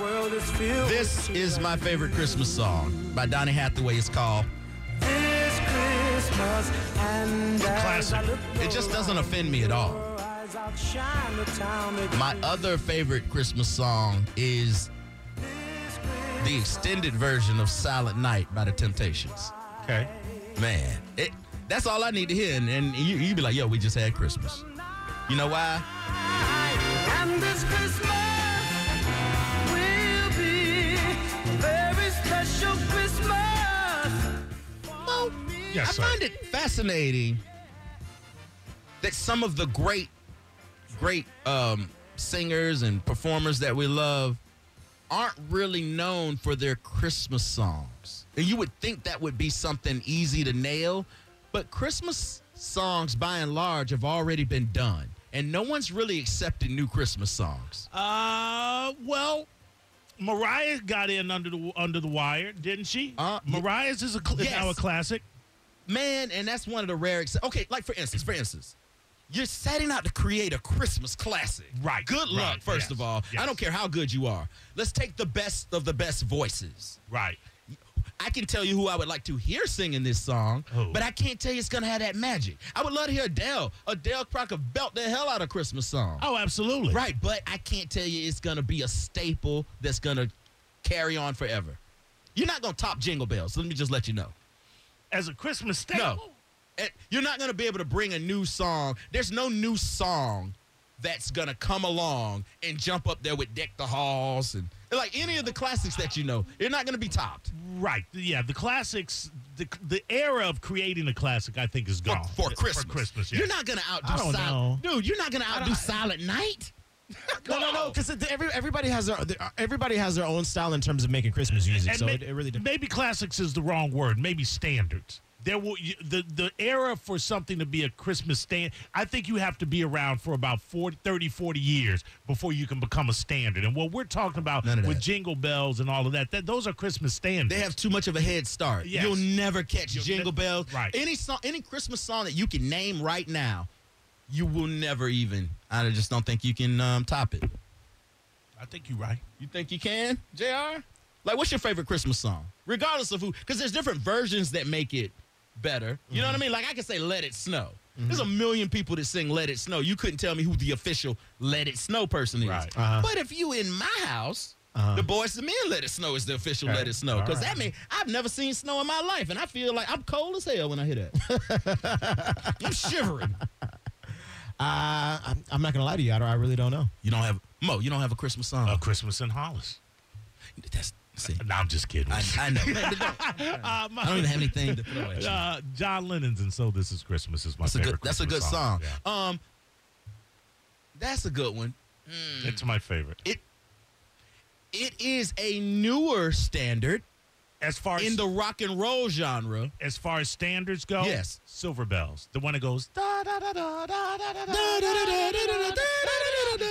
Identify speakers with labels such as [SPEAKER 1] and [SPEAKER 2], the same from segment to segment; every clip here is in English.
[SPEAKER 1] world is filled
[SPEAKER 2] This
[SPEAKER 1] with
[SPEAKER 2] is my
[SPEAKER 1] cheer.
[SPEAKER 2] favorite Christmas song by Donny Hathaway. It's called
[SPEAKER 1] This Christmas and
[SPEAKER 2] Classic. It just doesn't offend me at all. My other favorite Christmas song is the extended version of Silent Night by the Temptations.
[SPEAKER 3] Okay.
[SPEAKER 2] Man, it, that's all I need to hear. And, and you, you be like, yo, we just had Christmas. You know why?
[SPEAKER 1] And this Christmas will be a very special Christmas.
[SPEAKER 2] No.
[SPEAKER 3] Yes,
[SPEAKER 2] I
[SPEAKER 3] sir.
[SPEAKER 2] find it fascinating that some of the great, great um, singers and performers that we love aren't really known for their Christmas songs. And you would think that would be something easy to nail, but Christmas songs by and large have already been done. And no one's really accepting new Christmas songs.
[SPEAKER 3] Uh, well, Mariah got in under the under the wire, didn't she?
[SPEAKER 2] Uh, y-
[SPEAKER 3] Mariah's is a cl- is
[SPEAKER 2] Yes.
[SPEAKER 3] now a classic.
[SPEAKER 2] Man, and that's one of the rare ex- Okay, like for instance, for instance, you're setting out to create a Christmas classic.
[SPEAKER 3] Right,
[SPEAKER 2] Good luck,
[SPEAKER 3] right,
[SPEAKER 2] first
[SPEAKER 3] yes,
[SPEAKER 2] of all.
[SPEAKER 3] yes.
[SPEAKER 2] I don't care how good you are. Let's take the best of the best voices.
[SPEAKER 3] Right.
[SPEAKER 2] I can tell you who I would like to hear singing this song,
[SPEAKER 3] Who?
[SPEAKER 2] but I can't tell you it's gonna have that magic. I would love to hear Adele. Adele Crocker belt the hell out of Christmas song.
[SPEAKER 3] Oh, absolutely.
[SPEAKER 2] Right, but I can't tell you it's gonna be a staple that's gonna carry on forever. You're not gonna top Jingle Bells. Let me just let you know.
[SPEAKER 3] As a Christmas Oh. staple.
[SPEAKER 2] No. Eh, You're not going to be able to bring a new song. There's no new song that's going to come along and jump up there with Deck the Halls and like any of the classics that you know. You're not going to be topped
[SPEAKER 3] Right. Yeah. The classics. The the era of creating a classic, I think, is
[SPEAKER 2] for,
[SPEAKER 3] gone
[SPEAKER 2] for Christmas.
[SPEAKER 3] For Christmas. Yeah.
[SPEAKER 2] You're not going to outdo
[SPEAKER 4] I don't
[SPEAKER 2] Silent Dude, you're not going to outdo
[SPEAKER 4] I-
[SPEAKER 2] Silent Night.
[SPEAKER 4] No, no, no, because every, everybody has their their- everybody has their own style in terms of making Christmas music,
[SPEAKER 3] And
[SPEAKER 4] so
[SPEAKER 3] ma-
[SPEAKER 4] it, it really depends.
[SPEAKER 3] maybe classics is the wrong word. Maybe standards. There will you- the the era for something to be a Christmas stand. I think you have to be around for about 40, 30, 40 years before you can become a standard. And what we're talking about
[SPEAKER 2] None
[SPEAKER 3] with
[SPEAKER 2] of that.
[SPEAKER 3] jingle bells and all of that, that those are Christmas standards.
[SPEAKER 2] They have too much of a head start.
[SPEAKER 3] Yes.
[SPEAKER 2] You'll never catch
[SPEAKER 3] You'll
[SPEAKER 2] Jingle
[SPEAKER 3] ne-
[SPEAKER 2] Bells.
[SPEAKER 3] Right.
[SPEAKER 2] Any song, any Christmas song that you can name right now, you will never even. I just don't think you can um, top it.
[SPEAKER 3] I think you're right.
[SPEAKER 2] You think you can, JR? Like, what's your favorite Christmas song? Regardless of who, because there's different versions that make it better. You
[SPEAKER 4] Mm-hmm.
[SPEAKER 2] know what I mean? Like, I could say Let It Snow. There's a million people that sing Let It Snow. You couldn't tell me who the official Let It Snow person is.
[SPEAKER 3] Right.
[SPEAKER 4] Uh-huh.
[SPEAKER 2] But if you in my house,
[SPEAKER 4] Uh-huh.
[SPEAKER 2] the boys, the men, Let It Snow is the official
[SPEAKER 4] Okay.
[SPEAKER 2] Let It Snow. Because
[SPEAKER 4] All
[SPEAKER 2] that mean I've never seen snow in my life, and I feel like I'm cold as hell when I hear that. I'm shivering.
[SPEAKER 4] Uh, I'm, I'm not gonna lie to you, I, don't, I really don't know.
[SPEAKER 2] You don't have Mo. You don't have a Christmas song.
[SPEAKER 3] Uh, Christmas in Hollis.
[SPEAKER 2] That's see.
[SPEAKER 3] No, I'm just kidding.
[SPEAKER 2] I, I know.
[SPEAKER 3] Uh, my-
[SPEAKER 2] I don't even have anything to throw at you.
[SPEAKER 3] uh, John Lennon's and so this is Christmas is my
[SPEAKER 2] That's a
[SPEAKER 3] favorite.
[SPEAKER 2] good. That's a good
[SPEAKER 3] Christmas
[SPEAKER 2] song.
[SPEAKER 3] Yeah.
[SPEAKER 2] Um, that's a good one.
[SPEAKER 3] It's my favorite.
[SPEAKER 2] It it is a newer standard
[SPEAKER 3] As far as
[SPEAKER 2] in the rock and roll genre.
[SPEAKER 3] as far as standards go,
[SPEAKER 2] Yes.
[SPEAKER 3] Silver Bells, the one that goes da da da da da da da. da. But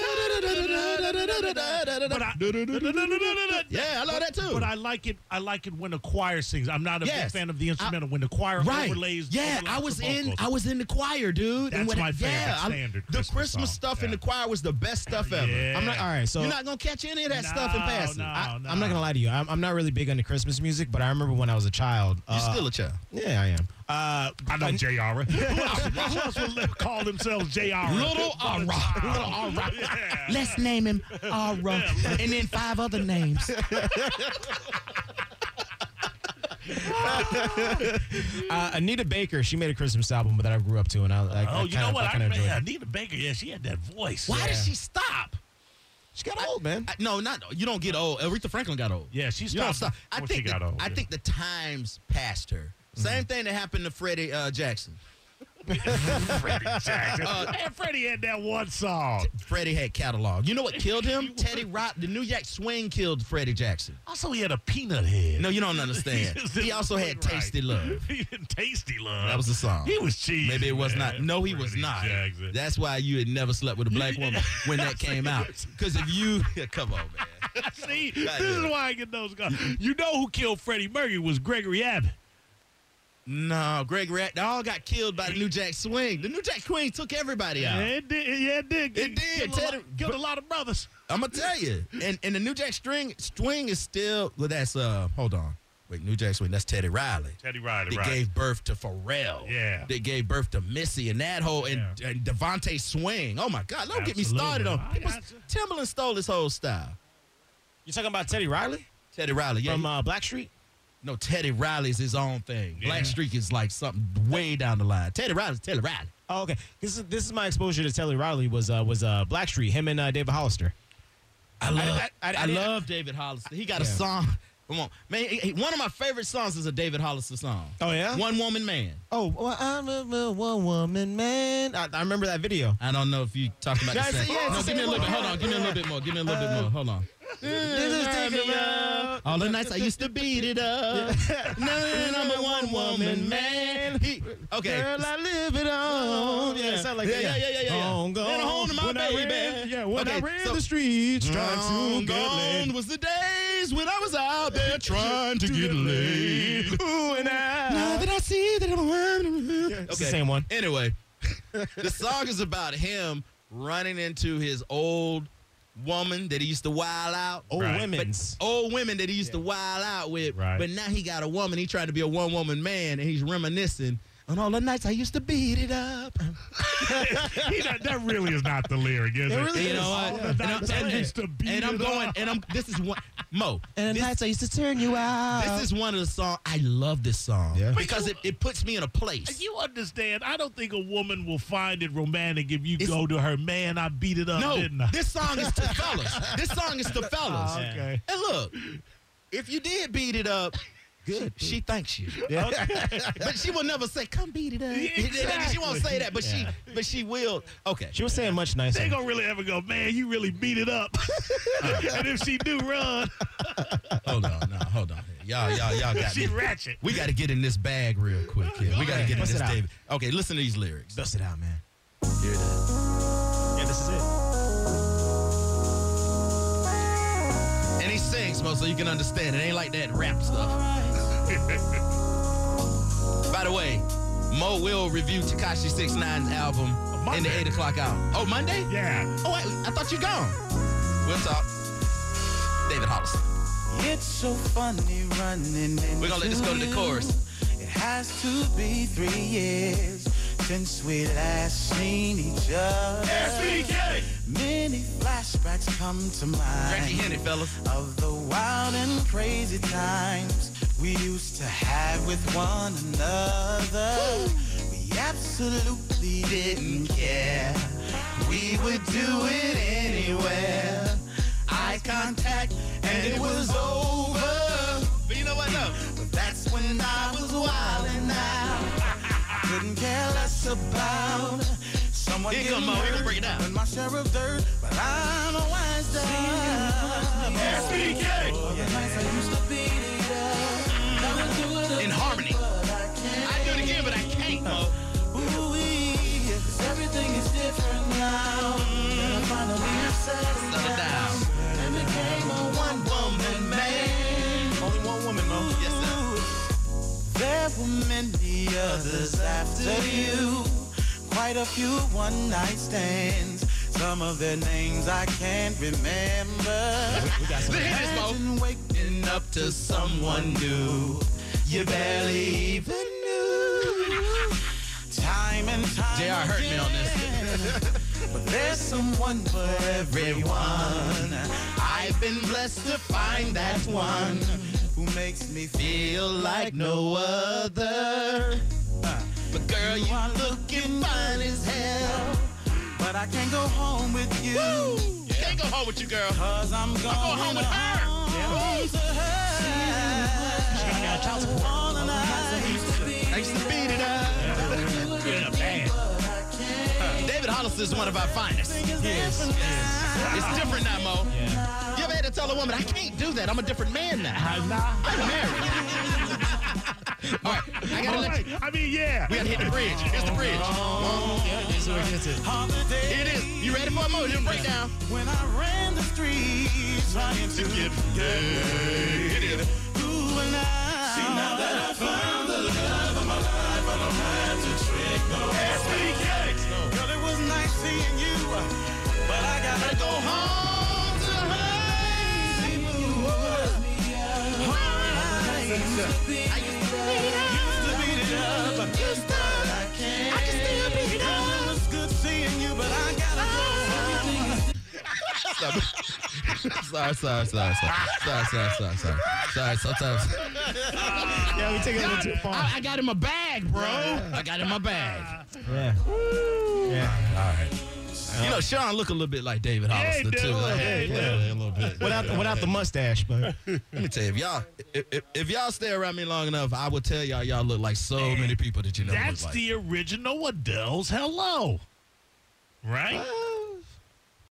[SPEAKER 3] I,
[SPEAKER 2] Yeah, I love that too.
[SPEAKER 3] But I like it. I like it when the choir sings. I'm not a
[SPEAKER 2] Yes.
[SPEAKER 3] big fan of the instrumental when the choir
[SPEAKER 2] Right.
[SPEAKER 3] overlays.
[SPEAKER 2] yeah,
[SPEAKER 3] overlaps
[SPEAKER 2] I
[SPEAKER 3] the
[SPEAKER 2] was in.
[SPEAKER 3] vocals.
[SPEAKER 2] I was in the choir, dude.
[SPEAKER 3] That's
[SPEAKER 2] when-
[SPEAKER 3] my favorite
[SPEAKER 2] yeah, I-
[SPEAKER 3] standard
[SPEAKER 2] the
[SPEAKER 3] Christmas
[SPEAKER 2] Christmas
[SPEAKER 3] song.
[SPEAKER 2] stuff in
[SPEAKER 3] Yeah.
[SPEAKER 2] the choir was the best stuff ever.
[SPEAKER 3] Yeah.
[SPEAKER 4] I'm not all right. So
[SPEAKER 2] You're not gonna catch any of that stuff in
[SPEAKER 3] No,
[SPEAKER 2] passing.
[SPEAKER 3] no.
[SPEAKER 2] I,
[SPEAKER 4] I, I'm not gonna lie to you. I'm, I'm not really big into Christmas music, but I remember when I was a child.
[SPEAKER 2] you're
[SPEAKER 4] uh,
[SPEAKER 2] still a child.
[SPEAKER 4] yeah, I am. Uh,
[SPEAKER 3] I know Jr. who else, who else would li- call themselves Jr.
[SPEAKER 2] Little Ara. Little Ara.
[SPEAKER 3] Yeah.
[SPEAKER 2] Let's name him Ara. and then five other names.
[SPEAKER 4] uh, Anita Baker, she made a Christmas album that I grew up to, and I, I, I
[SPEAKER 3] Oh, you
[SPEAKER 4] kind
[SPEAKER 3] know
[SPEAKER 4] of-
[SPEAKER 3] what?
[SPEAKER 4] I
[SPEAKER 3] I
[SPEAKER 4] kind of
[SPEAKER 3] remember
[SPEAKER 4] enjoyed. it.
[SPEAKER 3] Anita Baker. Yeah, she had that voice.
[SPEAKER 2] Why
[SPEAKER 3] Yeah.
[SPEAKER 2] did she stop?
[SPEAKER 4] She got old, man.
[SPEAKER 2] I- no, not you don't get old. Aretha Franklin got old.
[SPEAKER 3] Yeah, she
[SPEAKER 2] You don't stop.
[SPEAKER 3] stopped.
[SPEAKER 2] I
[SPEAKER 3] before she
[SPEAKER 2] think the,
[SPEAKER 3] got old,
[SPEAKER 2] I
[SPEAKER 3] yeah.
[SPEAKER 2] think the times passed her. Same thing that happened to Freddie uh, Jackson.
[SPEAKER 3] Freddie Jackson.
[SPEAKER 2] uh,
[SPEAKER 3] Man, Freddie had that one song.
[SPEAKER 2] Freddie had catalog. You know what killed him? Teddy Rock, the New York swing killed Freddie Jackson.
[SPEAKER 3] Also, he had a peanut head.
[SPEAKER 2] No, you don't understand.
[SPEAKER 3] He just
[SPEAKER 2] he also had
[SPEAKER 3] didn't
[SPEAKER 2] Tasty
[SPEAKER 3] right.
[SPEAKER 2] Love.
[SPEAKER 3] He had tasty love.
[SPEAKER 2] That was the song.
[SPEAKER 3] He was cheesy.
[SPEAKER 2] Maybe it was not.
[SPEAKER 3] man.
[SPEAKER 2] No, he was
[SPEAKER 3] Freddie
[SPEAKER 2] not.
[SPEAKER 3] Jackson.
[SPEAKER 2] That's why you had never slept with a black woman when that came out. Because if you come on, man.
[SPEAKER 3] See,
[SPEAKER 2] God
[SPEAKER 3] this is
[SPEAKER 2] damn it.
[SPEAKER 3] why I get those guys. You know who killed Freddie Mercury was Gregory Abbott.
[SPEAKER 2] No, Greg Rat, they all got killed by the New Jack Swing. The New Jack Swing took everybody out.
[SPEAKER 3] it did. Yeah, it did.
[SPEAKER 2] It did,
[SPEAKER 3] Killed, a,
[SPEAKER 2] Teddy.
[SPEAKER 3] lot, killed a lot of brothers.
[SPEAKER 2] I'm gonna tell you, and and the New Jack String Swing is still. Well, that's uh, hold on, wait, New Jack Swing. That's Teddy Riley.
[SPEAKER 3] Teddy Riley,
[SPEAKER 2] They
[SPEAKER 3] right?
[SPEAKER 2] gave birth to Pharrell.
[SPEAKER 3] Yeah.
[SPEAKER 2] They gave birth to Missy and that whole and, and Devontae Swing. Oh my God, don't get me
[SPEAKER 3] Absolutely.
[SPEAKER 2] started on
[SPEAKER 3] I
[SPEAKER 2] people.
[SPEAKER 3] gotcha.
[SPEAKER 2] Timberland stole his whole style.
[SPEAKER 4] You're talking about Teddy Riley
[SPEAKER 2] Teddy Riley, yeah.
[SPEAKER 4] from
[SPEAKER 2] he-
[SPEAKER 4] uh, Blackstreet?
[SPEAKER 2] no, Teddy Riley's his own thing.
[SPEAKER 3] Yeah.
[SPEAKER 2] Black Streak is like something way down the line. Teddy Riley's Teddy Riley.
[SPEAKER 4] Oh, okay. This is this is my exposure to Teddy Riley was uh, was uh, Blackstreet. Him and uh, David Hollister.
[SPEAKER 2] I love, I,
[SPEAKER 4] I- I- I-
[SPEAKER 2] love David Hollister. He got a
[SPEAKER 4] Yeah.
[SPEAKER 2] song. Come on, man. he- he- one of my favorite songs is a David Hollister song.
[SPEAKER 4] Oh, yeah?
[SPEAKER 2] One Woman Man.
[SPEAKER 4] Oh, well, I'm a one woman man. I, I remember that video.
[SPEAKER 2] I don't know if you talking about
[SPEAKER 4] Yeah,
[SPEAKER 2] the
[SPEAKER 4] it's-
[SPEAKER 2] same.
[SPEAKER 4] yeah, it's
[SPEAKER 2] no,
[SPEAKER 4] the
[SPEAKER 2] give me a
[SPEAKER 4] same
[SPEAKER 2] little bit.
[SPEAKER 4] one.
[SPEAKER 2] Hold on. Give me a little bit more. Give me a little bit more. Hold on.
[SPEAKER 4] is taking me out.
[SPEAKER 2] All the nights I used to beat it up. Now that I'm a one woman man. He, okay.
[SPEAKER 4] Girl, I live it on. Yeah, it sound like
[SPEAKER 2] yeah,
[SPEAKER 4] that.
[SPEAKER 2] yeah, yeah, yeah, yeah.
[SPEAKER 4] Gone, gone.
[SPEAKER 2] Then home to my
[SPEAKER 4] when I
[SPEAKER 2] baby.
[SPEAKER 4] ran, yeah, when I
[SPEAKER 2] Okay,
[SPEAKER 4] ran
[SPEAKER 2] so-
[SPEAKER 4] the streets, trying to
[SPEAKER 2] Long
[SPEAKER 4] get laid.
[SPEAKER 2] gone was the days when I was out there trying to get laid.
[SPEAKER 4] Ooh, and I.
[SPEAKER 2] Now that I see that I'm a woman.
[SPEAKER 4] It's the same one.
[SPEAKER 2] Uh-huh. Anyway, the song is about him running into his old woman that he used to wild out.
[SPEAKER 4] Old
[SPEAKER 3] Right.
[SPEAKER 4] women's.
[SPEAKER 2] Old women that he used to wild out with,
[SPEAKER 3] Right.
[SPEAKER 2] but now he got a woman. He tried to be a one woman man, and he's reminiscing on all the nights I used to beat it up.
[SPEAKER 3] He not- that really is not the lyric, is it?
[SPEAKER 4] It really
[SPEAKER 2] You know
[SPEAKER 4] is.
[SPEAKER 2] what?
[SPEAKER 4] All the
[SPEAKER 2] And
[SPEAKER 4] nights I
[SPEAKER 2] I'm, and-
[SPEAKER 3] used to beat
[SPEAKER 2] and I'm
[SPEAKER 3] it
[SPEAKER 2] going,
[SPEAKER 3] up.
[SPEAKER 2] and I'm. This is one, Mo.
[SPEAKER 4] And the
[SPEAKER 2] this,
[SPEAKER 4] nights I used to turn you out.
[SPEAKER 2] this is one of the songs. I love this song
[SPEAKER 4] Yeah.
[SPEAKER 2] because it, it puts me in a place.
[SPEAKER 3] You understand? I don't think a woman will find it romantic if you
[SPEAKER 2] It's-
[SPEAKER 3] go to her, man, I beat it up,
[SPEAKER 2] no,
[SPEAKER 3] didn't I?
[SPEAKER 2] this song is to fellas. This song is to fellas.
[SPEAKER 3] Oh, okay.
[SPEAKER 2] And look, if you did beat it up, good. She, she thanks you. but she will never say, "Come beat it up." She won't say that, but she, but she will. Okay.
[SPEAKER 4] She was saying much
[SPEAKER 3] They
[SPEAKER 4] nicer.
[SPEAKER 3] gonna really ever go, man, you really beat it up. and if she do run,
[SPEAKER 2] Hold on, no, hold on. Y'all, y'all, y'all got
[SPEAKER 3] she
[SPEAKER 2] me.
[SPEAKER 3] ratchet.
[SPEAKER 2] We got to get in this bag real quick here. We got to get in
[SPEAKER 4] Bust it
[SPEAKER 2] this
[SPEAKER 4] out.
[SPEAKER 2] David. Okay, listen to these lyrics.
[SPEAKER 4] Bust it out, man.
[SPEAKER 2] Hear that.
[SPEAKER 4] Yeah, this is it.
[SPEAKER 2] And he sings, Mo, so you can understand. It ain't like that rap stuff. By the way, Mo will review Takashi 69's album in the
[SPEAKER 3] Monday.
[SPEAKER 2] 8 o'clock hour. Oh, Monday?
[SPEAKER 3] Yeah.
[SPEAKER 2] Oh, I, I thought you gone. We'll talk. David Hollister.
[SPEAKER 1] It's so funny running into
[SPEAKER 2] We're gonna let this go to the
[SPEAKER 1] you.
[SPEAKER 2] chorus.
[SPEAKER 1] It has to be three years since we last seen each other. Many flashbacks come to mind
[SPEAKER 2] Jackie Henny, fellas.
[SPEAKER 1] of the wild and crazy times we used to have with one another. We absolutely didn't care. We would do it anywhere. Eye contact, and it was over.
[SPEAKER 2] But you know what? No.
[SPEAKER 1] But that's when I was wildin' out. Couldn't care less about someone
[SPEAKER 2] Here
[SPEAKER 1] getting
[SPEAKER 2] come Mo. Here
[SPEAKER 1] hurt
[SPEAKER 2] come break it down.
[SPEAKER 1] And my share of dirt, but I'm a wise down. All the nights I used to beat it up. Now I do it up,
[SPEAKER 2] In harmony.
[SPEAKER 1] but I
[SPEAKER 2] I do it
[SPEAKER 1] can't.
[SPEAKER 2] again, but I can't, Mo.
[SPEAKER 1] Ooh-wee, 'cause everything is different now. And I finally have settled
[SPEAKER 2] Settle down.
[SPEAKER 1] down. And became a one-woman man.
[SPEAKER 4] Only one woman, Mo.
[SPEAKER 2] Yes, sir.
[SPEAKER 1] There were many others after you. Quite a few one night stands. Some of their names I can't remember.
[SPEAKER 4] We got some.
[SPEAKER 2] The hit is, Mo.
[SPEAKER 1] Imagine waking up to someone new. You barely even knew. Time and time.
[SPEAKER 2] JR hurt me on this.
[SPEAKER 1] again. But there's someone for everyone.
[SPEAKER 2] I've been blessed to find that
[SPEAKER 1] One who makes me
[SPEAKER 2] Feel like no other. But girl, you
[SPEAKER 1] are
[SPEAKER 2] looking fine as hell.
[SPEAKER 1] But I can't go home with you.
[SPEAKER 2] Can't go home with you, girl.
[SPEAKER 1] Cause I'm going
[SPEAKER 2] going home with her.
[SPEAKER 1] home to her. All the night.
[SPEAKER 2] I used to beat it up.
[SPEAKER 3] Good man.
[SPEAKER 2] David Hollister is one of our finest. It's different now, Mo. You ever had to tell a woman, I can't do that. I'm a different man now.
[SPEAKER 3] I, nah.
[SPEAKER 2] I'm married. All right, I gotta
[SPEAKER 3] All
[SPEAKER 2] let
[SPEAKER 3] right.
[SPEAKER 2] you.
[SPEAKER 3] I mean, yeah. Oh,
[SPEAKER 2] We gotta hit the bridge. It's the bridge.
[SPEAKER 1] On the day
[SPEAKER 2] Here it is. You ready for a mo? Just break down.
[SPEAKER 1] when I ran the streets trying to get
[SPEAKER 2] Here it is.
[SPEAKER 1] through and I. See now that I found the love of my Speedy Alex. Girl, it was nice seeing you, but I gotta go home to Hollywood. Hollywood. I used to beat it up. Used to. I can't. I can still beat it up. It was good seeing you, but I gotta go home.
[SPEAKER 2] Stop it. sorry, sorry, sorry, sorry, sorry, sorry, sorry, sorry, sorry. Sometimes
[SPEAKER 4] Yeah, we take it a little too far.
[SPEAKER 2] I, I got in my bag, bro. I got in my bag.
[SPEAKER 4] Yeah. Yeah.
[SPEAKER 2] You know, Sean look a little bit like David Hollister
[SPEAKER 3] dude,
[SPEAKER 2] too. Like,
[SPEAKER 3] yeah,
[SPEAKER 2] hey,
[SPEAKER 3] he
[SPEAKER 2] yeah, a
[SPEAKER 3] do.
[SPEAKER 2] little bit.
[SPEAKER 4] Without the, without the mustache, but
[SPEAKER 2] Let me tell you, if y'all if, if, if y'all stay around me long enough, I will tell y'all y'all look like so many people that you know.
[SPEAKER 3] That's
[SPEAKER 2] look like.
[SPEAKER 3] the original Adele's Hello. Right?